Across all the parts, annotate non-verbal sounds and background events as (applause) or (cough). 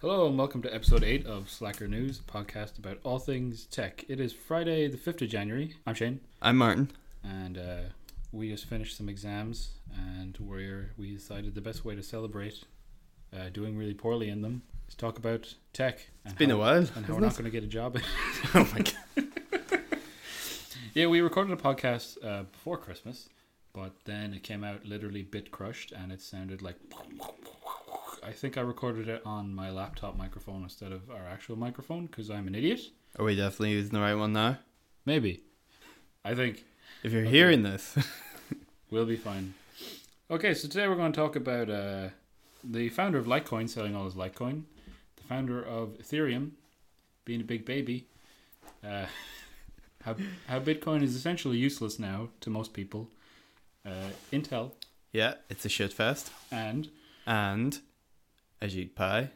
Hello and welcome to episode 8 of Slacker News, a podcast about all things tech. It is Friday, the 5th of January. I'm Shane, I'm Martin. and uh, we just finished some exams, and we're, we decided the best way to celebrate uh, doing really poorly in them is talk about tech. It's Been a while. And hasn't how we're not going to get a job. (laughs) it? oh my god. yeah, we recorded a podcast uh, before Christmas, but then it came out literally bit crushed, and it sounded like. I think I recorded it on my laptop microphone instead of our actual microphone because I'm an idiot. Are we definitely using the right one now? Maybe. I think If you're Okay. hearing this, (laughs) we'll be fine. Okay, so today we're going to talk about uh, the founder of Litecoin selling all his Litecoin, the founder of Ethereum being a big baby, uh, (laughs) how, how Bitcoin is essentially useless now to most people, uh, Intel, yeah, it's a shit fest. and and and Ajit Pai.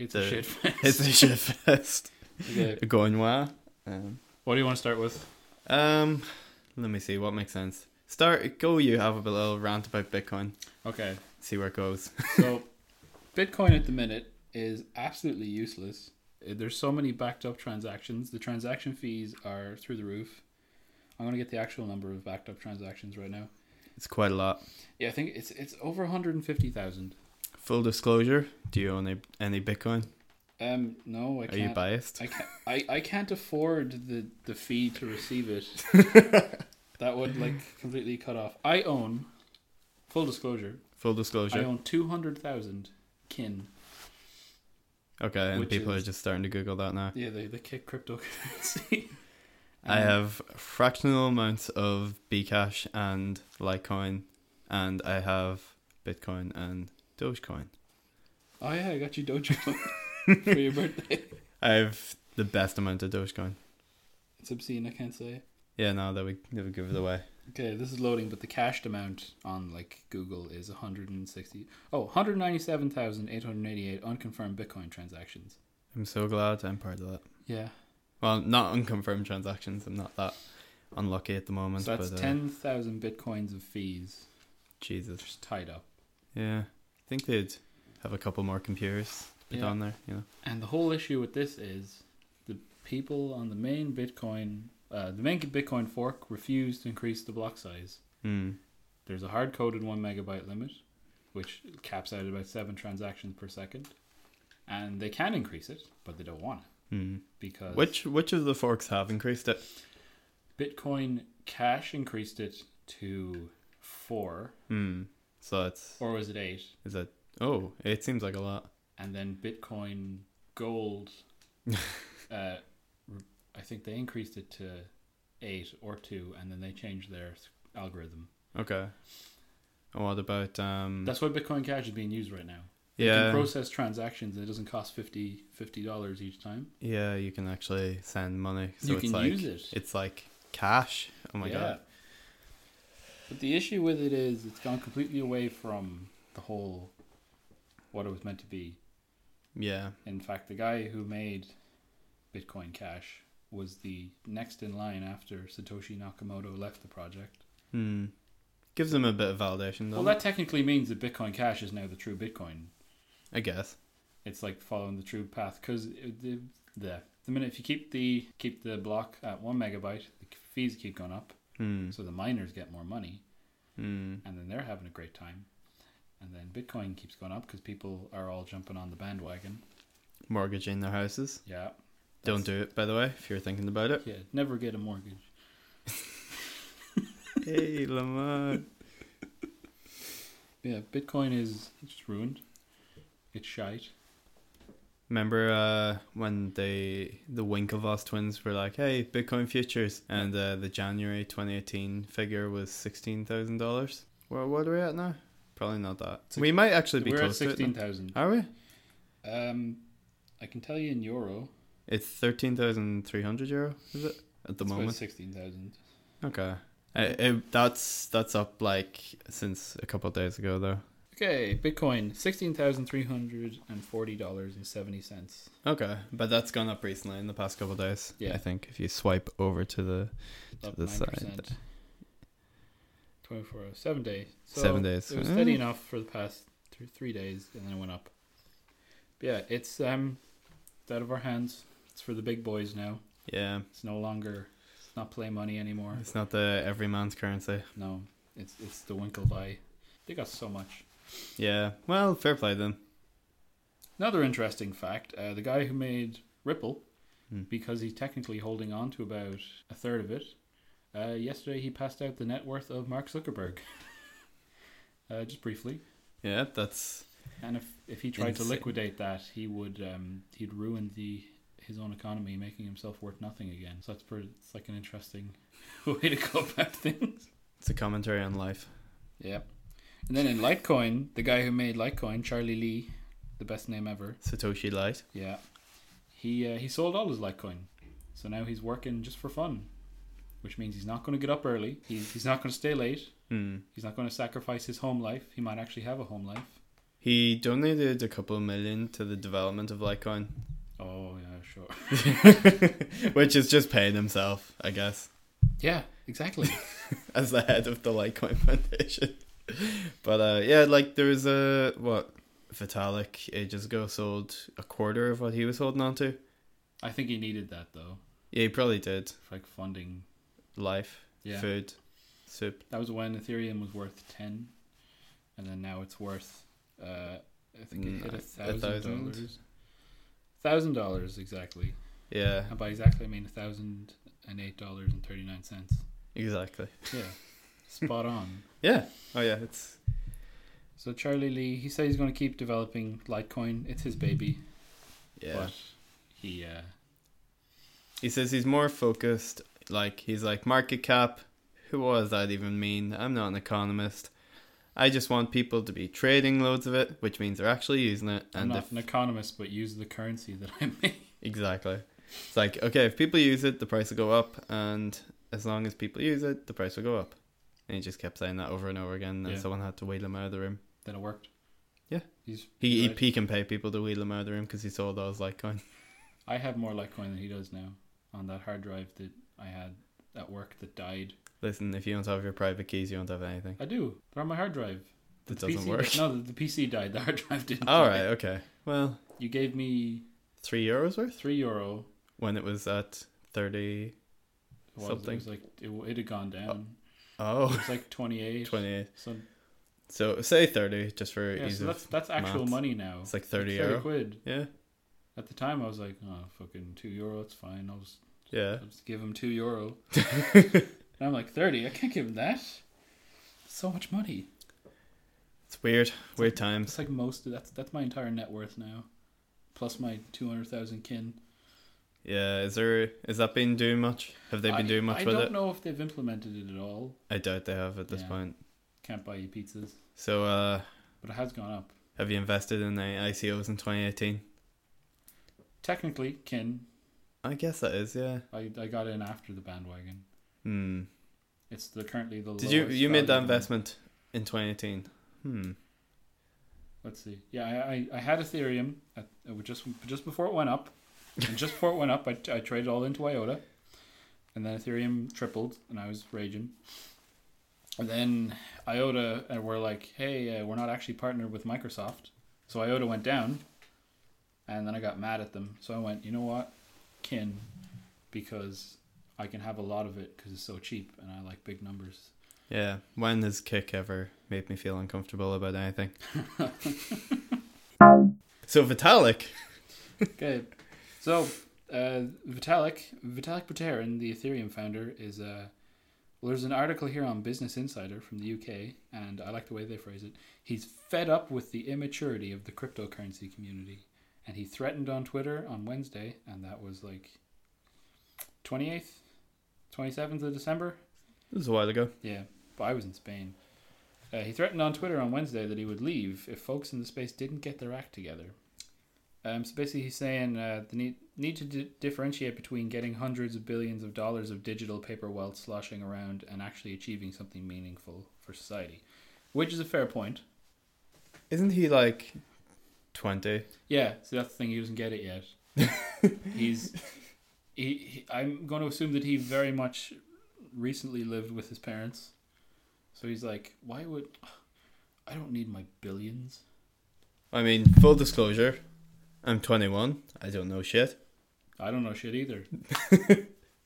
it's a The- (laughs) shit It's a shit fest. Okay, Going well. Um, What do you want to start with? um, let me see what makes sense. Start go. You have a little rant about Bitcoin. Okay, See where it goes. (laughs) So, Bitcoin at the minute is absolutely useless. Uh, There's so many backed up transactions. The transaction fees are through the roof. I'm gonna get the actual number of backed up transactions right now. It's quite a lot. Yeah, I think it's it's over 150 thousand. Full disclosure: Do you own a, any Bitcoin? Um, no, I Are you can't. biased? I can't. I, I can't afford the the fee to receive it. (laughs) that would like completely cut off. I own, full disclosure, Full I disclosure. own 200,000 kin. Okay, and Which people is- are just starting to Google that now. Yeah, they they kick cryptocurrency. I Um, have fractional amounts of Bcash and Litecoin, and I have Bitcoin and Dogecoin. Oh yeah, I got you Dogecoin for your birthday. I have the best amount of Dogecoin. It's obscene. I can't say. Yeah, no, that would that would give it away. Okay, this is loading, but the cashed amount on like Google is 160. Oh, 197,888 unconfirmed Bitcoin transactions. I'm so glad I'm part of that. Yeah, Well, not unconfirmed transactions. I'm not that unlucky at the moment. so that's but, uh, 10,000 bitcoins of fees Jesus. just tied up, Yeah, I think they'd have a couple more computers put Yeah. on there. You know. and the whole issue with this is the people on the main Bitcoin, uh, the main Bitcoin fork refused to increase the block size. Hmm. There's a hard coded one megabyte limit, which caps out at about seven transactions per second. And they can increase it, but they don't want it Hmm. because Which which of the forks have increased it? Bitcoin Cash increased it to four, Hmm. So it's or was it eight? is it? Oh, it seems like a lot. And then Bitcoin (laughs) Gold, uh, I think they increased it to eight or two, and then they changed their algorithm. Okay. And what about um? That's why Bitcoin Cash is being used right now. They yeah, can process transactions, and it doesn't cost 50 dollars each time. yeah. You can actually send money. So you it's can like, use it. It's like cash. Oh my god. But the issue with it is it's gone completely away from the whole what it was meant to be. Yeah. In fact, the guy who made Bitcoin Cash was the next in line after Satoshi Nakamoto left the project. Hmm. Gives them a bit of validation though. Well, that technically means that Bitcoin Cash is now the true Bitcoin. I guess. It's like following the true path because the, the the minute if you keep the keep the block at one megabyte, the fees keep going up, Hmm. so the miners get more money. Hmm. and then they're having a great time. And then Bitcoin keeps going up because people are all jumping on the bandwagon. Mortgaging their houses. Yeah. Don't do it, by the way, if you're thinking (laughs) about it. Yeah, never get a mortgage. hey, Lamar. Yeah, Bitcoin is just ruined. It's shite. Remember uh, when they the Winklevoss twins were like, "Hey, Bitcoin futures," and uh, the January 2018 figure was sixteen thousand dollars. Well, what are we at now? Probably not that. Six- we might actually be We're at close to it. sixteen now. thousand. Are we? Um, I can tell you in euro It's thirteen thousand three hundred euro. Is it at the it's about moment? sixteen thousand. Okay. I- I- that's that's up like since a couple of days ago though. Okay, Bitcoin sixteen thousand three hundred and forty dollars and seventy cents. Okay, but that's gone up recently in the past couple of days. Yeah. I think if you swipe over to the Up the nine side. percent. Twenty four hours, seven days. So Seven days. It was steady Mm. enough for the past th- three days, and then it went up. yeah, it's um, it's out of our hands. It's for the big boys now. Yeah, It's no longer, it's not play money anymore. it's not the every man's currency. No, it's it's the Winkleby. They got so much. Yeah, well, fair play then. Another interesting fact: uh, the guy who made Ripple, Hmm. because he's technically holding on to about a third of it. Uh, yesterday, he passed out the net worth of Mark Zuckerberg. (laughs) uh, just briefly, Yeah, that's and if if he tried Insane. to liquidate that, he would um, he'd ruin the his own economy, making himself worth nothing again. So that's pretty. It's like an interesting (laughs) way to go about things. it's a commentary on life. Yep. And then in Litecoin, the guy who made Litecoin, Charlie Lee, the best name ever. Satoshi Light. Yeah. He uh, he sold all his Litecoin, so now he's working just for fun, which means he's not going to get up early. He's he's not going to stay late. Mm. He's not going to sacrifice his home life. He might actually have a home life. He donated a couple million to the development of Litecoin, (laughs) Oh yeah, sure. which is just paying himself, I guess, (laughs) Yeah, exactly. as the head of the Litecoin (laughs) Foundation. But uh, yeah, like there was a what Vitalik ages ago sold a quarter of what he was holding on to. I think he needed that though, Yeah, he probably did. for, like funding. Life, Yeah. food, soup. That was when Ethereum was worth ten, and then now it's worth. Uh, I think it Mm, hit a a thousand thousand? dollars. Thousand dollars exactly. Yeah, And by exactly, I mean a thousand and eight dollars and thirty nine cents. exactly. Yeah, spot on. Yeah. Oh yeah, it's So Charlie Lee, he said he's going to keep developing Litecoin. It's his baby. yeah. But he, uh, He says he's more focused. Like he's like market cap. Who does that even mean? I'm not an economist. I just want people to be trading loads of it, which means they're actually using it. I'm And not if an economist, but use the currency that I (laughs) make. exactly, it's like okay, if people use it, the price will go up, and as long as people use it, the price will go up. And he just kept saying that over and over again, and Yeah. someone had to wheel him out of the room. Then it worked. Yeah. He's He, right. he, he can pay people to wheel him out of the room because he sold all his Litecoin. I have more Litecoin than he does now on that hard drive that I had at work that died. (laughs) Listen, if you don't have your private keys, you don't have anything. I do. They're on my hard drive. That The doesn't PC (laughs) work. No, the, the PC died. The hard drive didn't. All die. right, okay. Well, You gave me three euros worth three euro. when it was at It thirty. was- Something. It was like it, it had gone down. Oh, It's like (laughs) 28. 28. So, So say thirty just for yeah, ease so of. that's that's actual maths. money now. It's like thirty, euro. quid. Yeah, At the time, I was like, oh, fucking two euro, it's fine. I'll just, yeah. I'll just give him two (laughs) euro. and I'm like, 30, I can't give him that. So much money. It's weird, weird It's times. like most, that's that's my entire net worth now. Plus my 200,000 kin. Yeah, is there is that been doing much? Have they been I- doing I much with don't it? know if they've implemented it at all. I doubt they have at this Yeah. point. Can't buy you pizzas. So, uh, But it has gone up. have you invested in any ICOs in 2018? Technically, kin. I guess that is, yeah. I, I got in after the bandwagon. Hmm. It's the currently the Did you lowest you made that valued one. investment in 2018? Hmm. Let's see. Yeah, I, I, I had Ethereum at, uh, just just before it went up, and just before it went up, I, I traded all into IOTA, and then Ethereum tripled, and I was raging. And then IOTA, and we're like, hey, uh, we're not actually partnered with Microsoft, so IOTA went down, and then I got mad at them, so I went, you know what, kin, because I can have a lot of it because it's so cheap, and I like big numbers. Yeah. When has Kick ever made me feel uncomfortable (laughs) about anything? so Vitalik. Okay, so uh, Vitalik Vitalik Buterin, the Ethereum founder, is Uh, well, there's an article here on Business Insider from the UK, and I like the way they phrase it. He's fed up with the immaturity of the cryptocurrency community, and he threatened on Twitter on Wednesday, and that was like 28th, 27th of December. This was a while ago. Yeah, but I was in Spain. Uh, he threatened on Twitter on Wednesday that he would leave if folks in the space didn't get their act together. Um, so basically, he's saying uh, the need, need to di- differentiate between getting hundreds of billions of dollars of digital paper wealth sloshing around and actually achieving something meaningful for society, which is a fair point. Isn't he like 20? Yeah, so that's the thing. He doesn't get it yet. (laughs) He's. He, he, I'm going to assume that he very much recently lived with his parents, so he's like, "Why would I don't need my billions? I mean, full disclosure, I'm 21. I don't know shit. I don't know shit (laughs) either.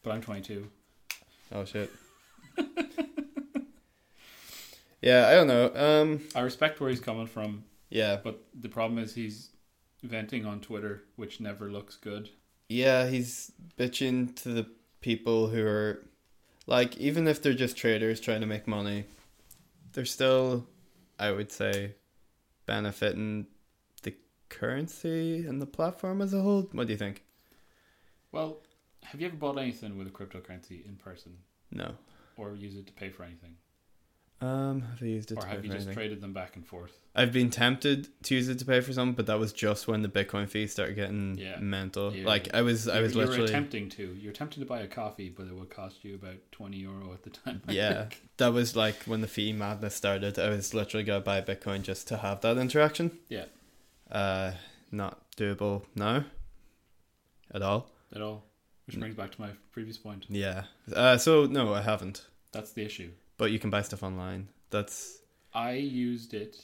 but I'm 22. Oh shit. yeah, I don't know. Um, I respect where he's coming from, yeah, but the problem is he's venting on Twitter, which never looks good. yeah, he's bitching to the people who are, like, even if they're just traders trying to make money, they're still, I would say, benefiting the currency and the platform as a whole. What do you think? Well, have you ever bought anything with a cryptocurrency in person No. or use it to pay for anything? Um, have I used it? Or to have pay you for just anything? traded them back and forth? I've been tempted to use it to pay for something, but that was just when the Bitcoin fee started getting Yeah. mental. Yeah. Like I was, I was you, you were literally attempting to. You're attempting to buy a coffee, but it would cost you about 20 euro at the time. I (laughs) yeah. think. That was like when the fee madness started. I was literally gonna buy Bitcoin just to have that interaction. Yeah. Uh, not doable now. At all. At all. Mm. Which brings back to my previous point. Yeah. Uh, so no, I haven't. That's the issue. But you can buy stuff online. That's I used it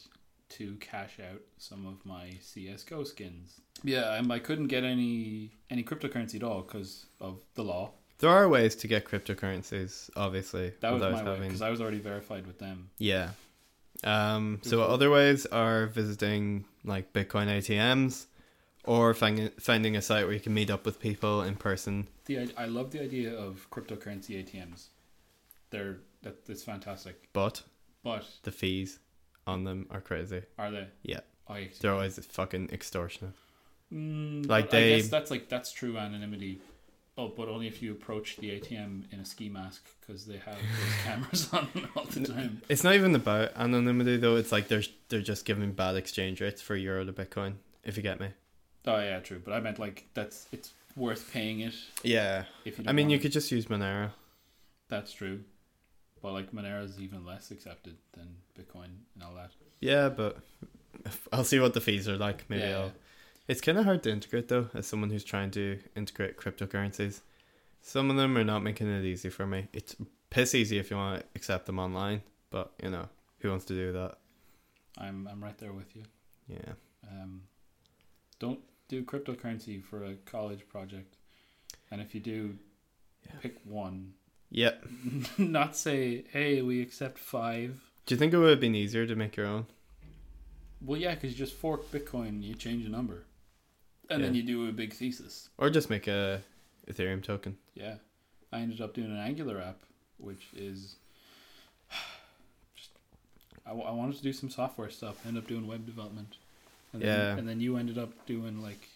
to cash out some of my CS:GO skins. Yeah, um, I couldn't get any any cryptocurrency at all because of the law. there are ways to get cryptocurrencies, obviously, That was without my way having because I was already verified with them. Yeah. Um, so Mhm. other ways are visiting like Bitcoin ATMs or finding finding a site where you can meet up with people in person. The I- I love the idea of cryptocurrency ATMs. They're that that's fantastic. But But the fees on them are crazy. are they? Yeah. I They're always fucking extortionate. mm, Like but they- I guess that's like that's true anonymity. Oh, but only if you approach the ATM in a ski mask because they have (laughs) those cameras on all the time. It's not even about anonymity though. It's like they're they're just giving bad exchange rates for euro to Bitcoin. If you get me. Oh yeah, true. But I meant like that's it's worth paying it Yeah. if you. I Don't mean, want you it. could just use Monero. That's true. But like Monera's even less accepted than Bitcoin and all that. Yeah, but I'll see what the fees are like. Maybe Yeah. I'll. It's kind of hard to integrate though, as someone who's trying to integrate cryptocurrencies. Some of them are not making it easy for me. It's piss easy if you want to accept them online, but you know who wants to do that? I'm I'm right there with you. Yeah, Um, don't do cryptocurrency for a college project, and if you do, Yeah. pick one. yep. (laughs) Not say, hey, we accept five. Do you think it would have been easier to make your own? Well, yeah, because you just fork Bitcoin, you change a number, and then Yeah. you do a big thesis. Or just make a Ethereum token? Yeah, I ended up doing an Angular app, which is (sighs) just I, wa- I wanted to do some software stuff. End up doing web development, and then, Yeah. and then you ended up doing like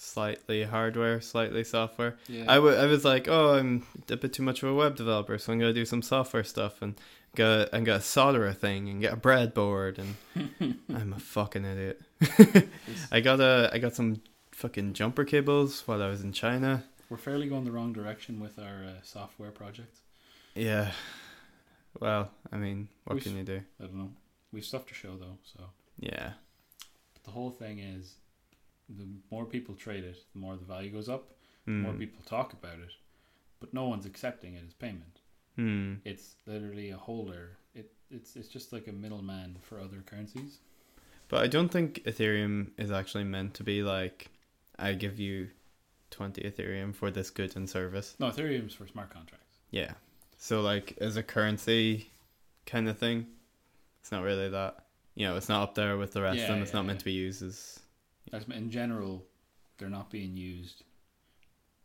Slightly hardware, slightly software. yeah, I wa- I was like, oh, I'm a bit too much of a web developer, so I'm gonna do some software stuff and go and get a solder a thing and get a breadboard and (laughs) I'm a fucking idiot. This- (laughs) I got a I got some fucking jumper cables while I was in China. we're fairly going the wrong direction with our uh, software project. Yeah. Well, I mean, what We can you do? I don't know. We've stuff to show though, so Yeah. but the whole thing is the more people trade it, the more the value goes up. The Hmm. more people talk about it, but no one's accepting it as payment. Hmm. it's literally a holder. It it's it's just like a middleman for other currencies. But I don't think Ethereum is actually meant to be like, I give you twenty Ethereum for this good and service. No, Ethereum's for smart contracts. Yeah. So like as a currency kind of thing, it's not really that. You know, it's not up there with the rest of Yeah, them. It's yeah, not meant yeah. to be used as That's in general, they're not being used.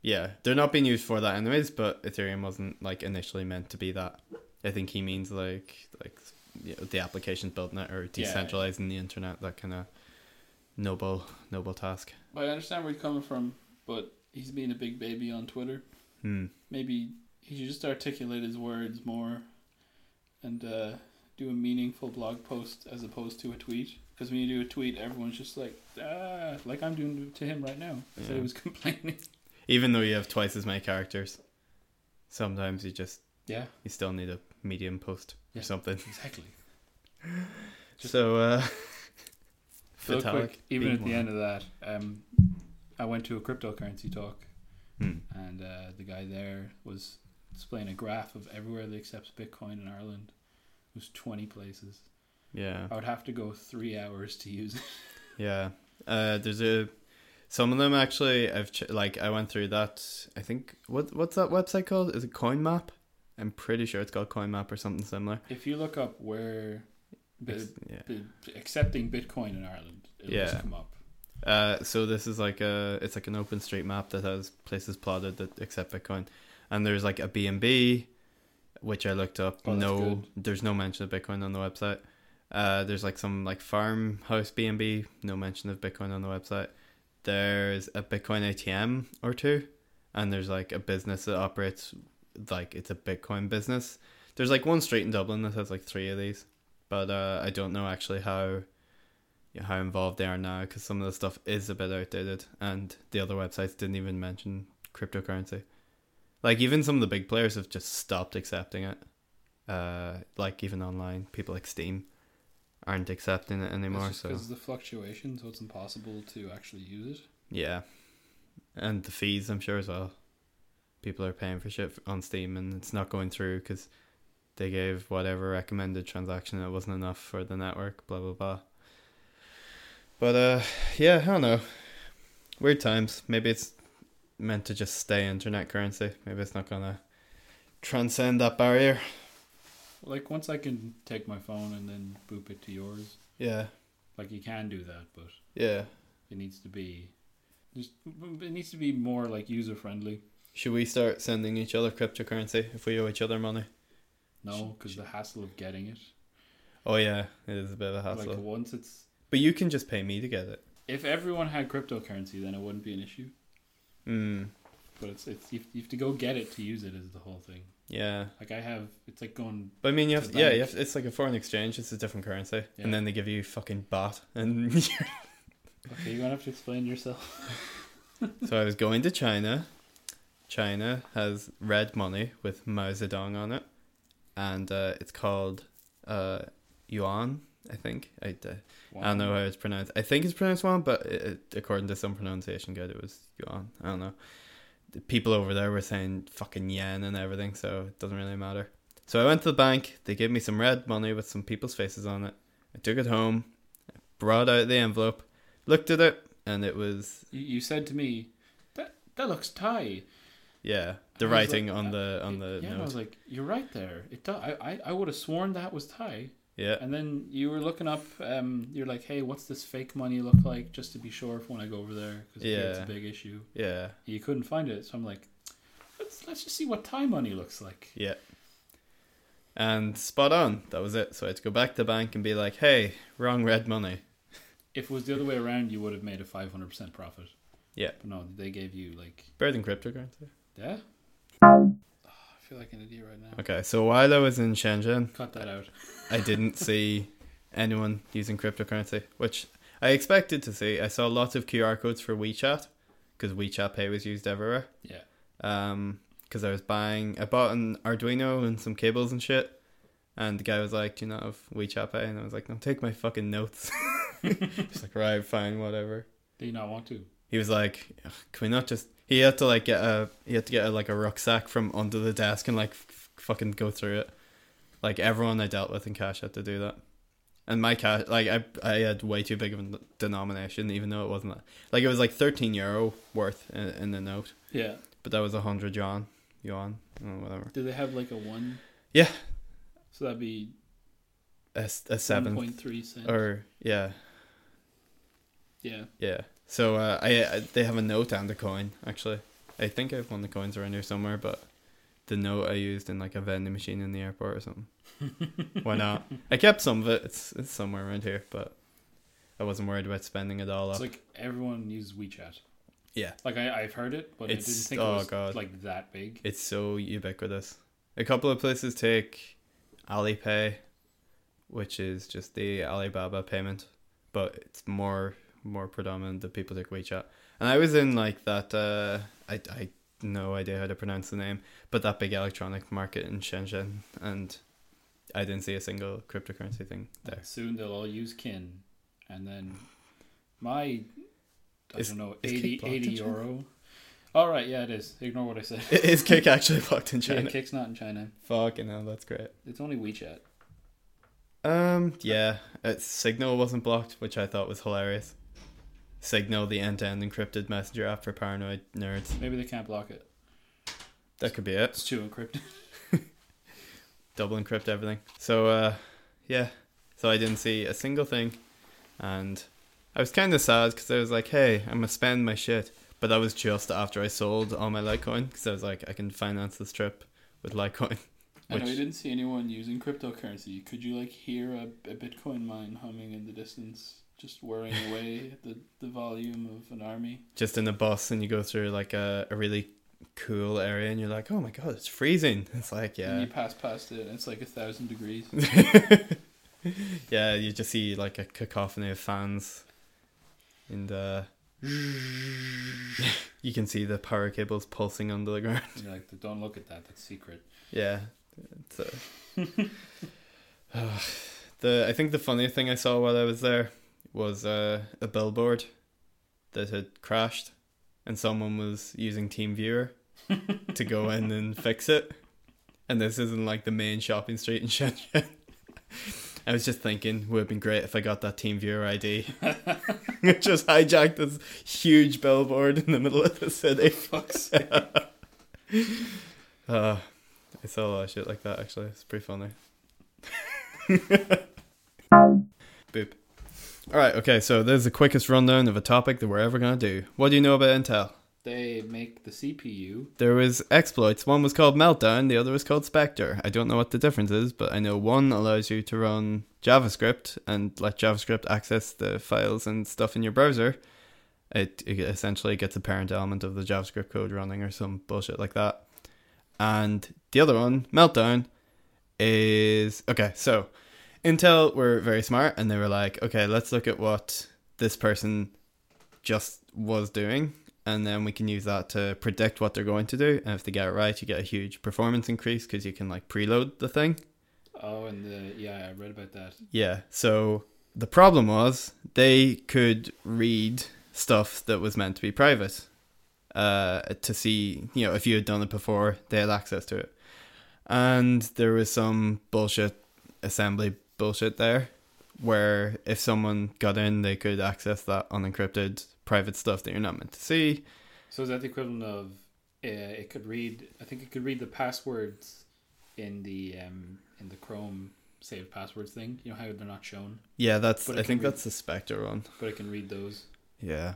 Yeah, they're not being used for that anyways, but Ethereum wasn't like initially meant to be that. I think he means like like you know, the applications building it or Yeah. decentralizing the internet, that kind of noble noble task. But I understand where you're coming from, but he's being a big baby on Twitter. Hmm. Maybe he should just articulate his words more, and uh, do a meaningful blog post as opposed to a tweet. Because when you do a tweet, everyone's just like, ah, like I'm doing to him right now. I said he Yeah. was (laughs) complaining. Even though you have twice as many characters, sometimes you just Yeah, you still need a medium post Yeah. or something. exactly. Just- (laughs) So uh So Vitalik quick, even being at the one. end of that, um, I went to a cryptocurrency talk, Hmm. and uh, the guy there was displaying a graph of everywhere that accepts Bitcoin in Ireland. It was 20 places. Yeah. I would have to go three hours to use it. (laughs) Yeah. Uh, there's a Some of them actually, I've ch- like I went through that. I think what what's that website called? Is it CoinMap? I'm pretty sure it's called CoinMap or something similar. If you look up where bi- yeah. bi- accepting Bitcoin in Ireland, it'll Yeah. just come up. Uh, so this is like a it's like an open street map that has places plotted that accept Bitcoin, and there's like a B and B, which I looked up. Oh, that's no, there's no mention of Bitcoin on the website. Uh, there's like some like farmhouse B and B, no mention of Bitcoin on the website. There's a Bitcoin ATM or two, and there's like a business that operates like it's a Bitcoin business. There's like one street in Dublin that has like three of these, but uh, I don't know actually how yeah, how involved they are now because some of the stuff is a bit outdated and the other websites didn't even mention cryptocurrency. Like even some of the big players have just stopped accepting it. Uh, like even online, people like Steam aren't accepting it It's anymore. just So because of the fluctuation, so it's impossible to actually use it. yeah, and the fees I'm sure as well. People are paying for shit on Steam and it's not going through because they gave whatever recommended transaction that wasn't enough for the network. Blah blah blah. But uh, yeah, I don't know. Weird times. Maybe it's meant to just stay internet currency. Maybe it's not gonna transcend that barrier. Like once I can take my phone and then boop it to yours, Yeah, like you can do that, but yeah. it needs to be just it needs to be more like user friendly. Should we start sending each other cryptocurrency if we owe each other money? No, because the hassle of getting it. Oh yeah, it is a bit of a hassle. Like once it's But you can just pay me to get it. if everyone had cryptocurrency, then it wouldn't be an issue. Mm. But it's it's you you have to go get it to use it is the whole thing. Yeah. Like I have, it's like going But I mean, you To have yeah, bank. you have, it's like a foreign exchange. It's a different currency, Yeah. and then they give you fucking bat. And Okay, you're gonna have to explain (laughs) yourself. so I was going to China. China has red money with Mao Zedong on it, and uh, it's called uh, yuan. I think I, uh, I don't know how it's pronounced. I think it's pronounced one, but it, it- according to some pronunciation guide, it was yuan. I don't know. The people over there were saying fucking yen and everything, so it doesn't really matter. So I went to the bank. They gave me some red money with some people's faces on it. I took it home, brought out the envelope, looked at it, and it was You, you said to me that that looks Thai. yeah the I was writing like, on uh, the on It- the yeah, and I note was like, you're right there. It do- I I, I would have sworn that was Thai. yeah And then you were looking up. Um, you're like, hey, what's this fake money look like? Just to be sure if when I go over there, because it's a Yeah. big issue. yeah You couldn't find it, so I'm like, let's let's just see what Thai money looks like. Yeah. And spot on. That was it. So I had to go back to the bank and be like, "Hey, wrong red money." If it was the other way around, you would have made a 500 percent profit. Yeah. But no, they gave you like, Better than cryptocurrency. yeah. Oh, I feel like an idiot right now. Okay, so while I was in Shenzhen, Cut that out. I didn't (laughs) see anyone using cryptocurrency, which I expected to see. I saw lots of QR codes for WeChat because WeChat Pay was used everywhere. Yeah. Um, because I was buying, I bought an Arduino and some cables and shit, and the guy was like, "Do you not have WeChat Pay?" And I was like, "No, take my fucking notes." (laughs) He's like, "Right, fine, whatever." Do you not want to? he was like, "Ugh, "Can we not just?" He had to like get a he had to get a, like a rucksack from under the desk and like f- fucking go through it. Like everyone I dealt with in cash had to do that, and my cash like I I had way too big of a denomination, even though it wasn't that. like it was like thirteen euro worth in, in the note, Yeah. but that was a hundred yuan, yuan, or whatever. Do they have like a one? Yeah. So that'd be A, s- a seven seven point three cents. or yeah, yeah. Yeah. So uh, I, I they have a note and a coin actually. I think I've won the coins around here somewhere, but the note I used in like a vending machine in the airport (laughs) or something. Why not? I kept some of it. It's it's somewhere around here, but I wasn't worried about spending it all It's up. like everyone uses WeChat. Yeah. Like I, I've heard it, but I didn't It's- think oh, it was God. like that big. it's so ubiquitous. A couple of places take Alipay, which is just the Alibaba payment, but it's more more predominant that people take WeChat. And I was in like that. Uh, I I no idea how to pronounce the name, but that big electronic market in Shenzhen, and I didn't see a single cryptocurrency thing there. Soon they'll all use kin, and then my I Is- don't know is Kik 80, blocked 80 in China? euro. All right, yeah, it is. Ignore what I said. Is Kick actually (laughs) blocked (laughs) in Yeah, China? Kik's not in China. Fucking hell, that's great. It's only WeChat. Um, yeah, its signal wasn't blocked, which I thought was hilarious. Signal, the end to end encrypted messenger app for paranoid nerds. Maybe they can't block it. That could be it. It's too encrypted. double encrypt everything. So uh, yeah, so I didn't see a single thing, and I was kind of sad because I was like, hey, I'm gonna spend my shit. But that was just after I sold all my Litecoin because I was like, I can finance this trip with Litecoin. (laughs) I know Which- you didn't see anyone using cryptocurrency. Could you like hear a, a Bitcoin mine humming in the distance, just (laughs) whirring away at the, the volume of an army? Just in a bus, and you go through like a, a really cool area, and you're like, oh my god, it's freezing. It's And like yeah, you pass past it, and it's like a thousand (laughs) degrees. yeah. You just see like a cacophony of fans, and uh, you can see the power cables pulsing under the ground. You're like, don't look at that. That's secret. Yeah. It's, uh, (laughs) the I think the funniest thing I saw while I was there was uh, a billboard that had crashed, and someone was using TeamViewer to go in and fix it. And this isn't like the main shopping street in (laughs) Shenzhen. I was just thinking, would have been great if I got that TeamViewer (laughs) ID. just hijacked this huge billboard in the middle of the (laughs) city. Fuck's Uh, I saw a lot of shit like that actually. It's pretty funny. (laughs) Boop. Alright, okay, so there's the quickest rundown of a topic that we're ever going to do. What do you know about Intel? They make the CPU. There was exploits. One was called Meltdown, the other was called Spectre. I don't know what the difference is, but I know one allows you to run JavaScript and let JavaScript access the files and stuff in your browser. It, it essentially gets a parent element of the JavaScript code running or some bullshit like that. And the other one, Meltdown, is okay. So Intel were very smart and they were like, okay, let's look at what this person just was doing and then we can use that to predict what they're going to do. And if they get it right, you get a huge performance increase because you can like preload the thing. Oh, and the yeah, I read about that. Yeah. So the problem was they could read stuff that was meant to be private uh, to see, you know, if you had done it before, they had access to it. And there was some bullshit assembly bullshit there where if someone got in, they could access that unencrypted private stuff that you're not meant to see. So is that the equivalent of uh, it could read? I think it could read the passwords in the um, in the Chrome saved passwords thing. You know how they're not shown, Yeah, that's. But it I can think be- that's the Spectre one. but it can read those. Yeah,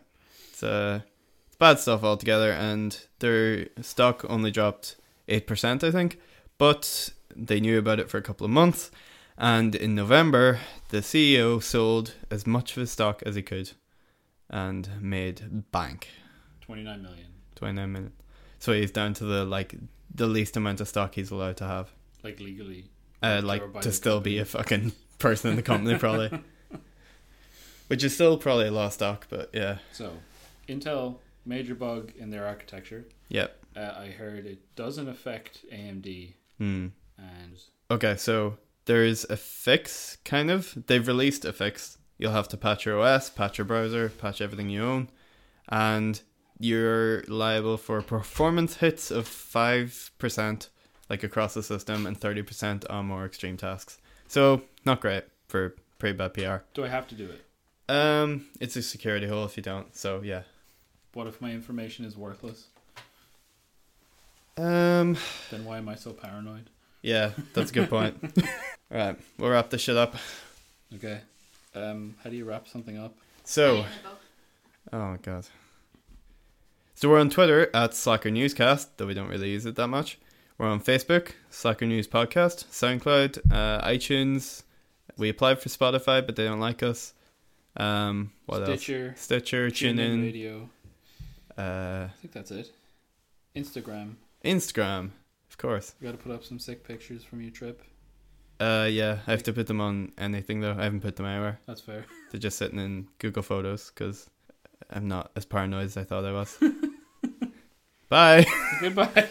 it's uh, it's bad stuff altogether, and their stock only dropped eight percent, I think. But they knew about it for a couple of months, and in November, the CEO sold as much of his stock as he could, and made bank Twenty nine million, twenty nine million. So he's down to the like the least amount of stock he's allowed to have. like legally. uh, Or by like to the still be a fucking person in the company probably which is still probably a lost stock but yeah So, Intel major bug in their architecture. Yep. Uh, I heard it doesn't affect AMD Hmm. and okay so there is a fix kind of they've released a fix you'll have to patch your os patch your browser patch everything you own and you're liable for performance hits of 5% like across the system and 30% on more extreme tasks so not great for pretty bad pr do I have to do it? um it's a security hole if you don't so yeah What if my information is worthless? um Then why am I so paranoid? Yeah, that's a (laughs) good point. All right, we'll wrap this shit up. Okay. Um, how do you wrap something up? So, oh god. So we're on Twitter at Slacker Newscast, though we don't really use it that much. We're on Facebook, Slacker News Podcast, SoundCloud, uh, iTunes. We applied for Spotify, but they don't like us. Um, what Stitcher, else? Stitcher, TuneIn TuneIn, Radio. uh, I think that's it. Instagram. Instagram, of course. You got to put up some sick pictures from your trip. Uh, yeah, I have to put them on anything though. I haven't put them anywhere. That's fair. (laughs) They're just sitting in Google Photos because I'm not as paranoid as I thought I was. Bye. Goodbye.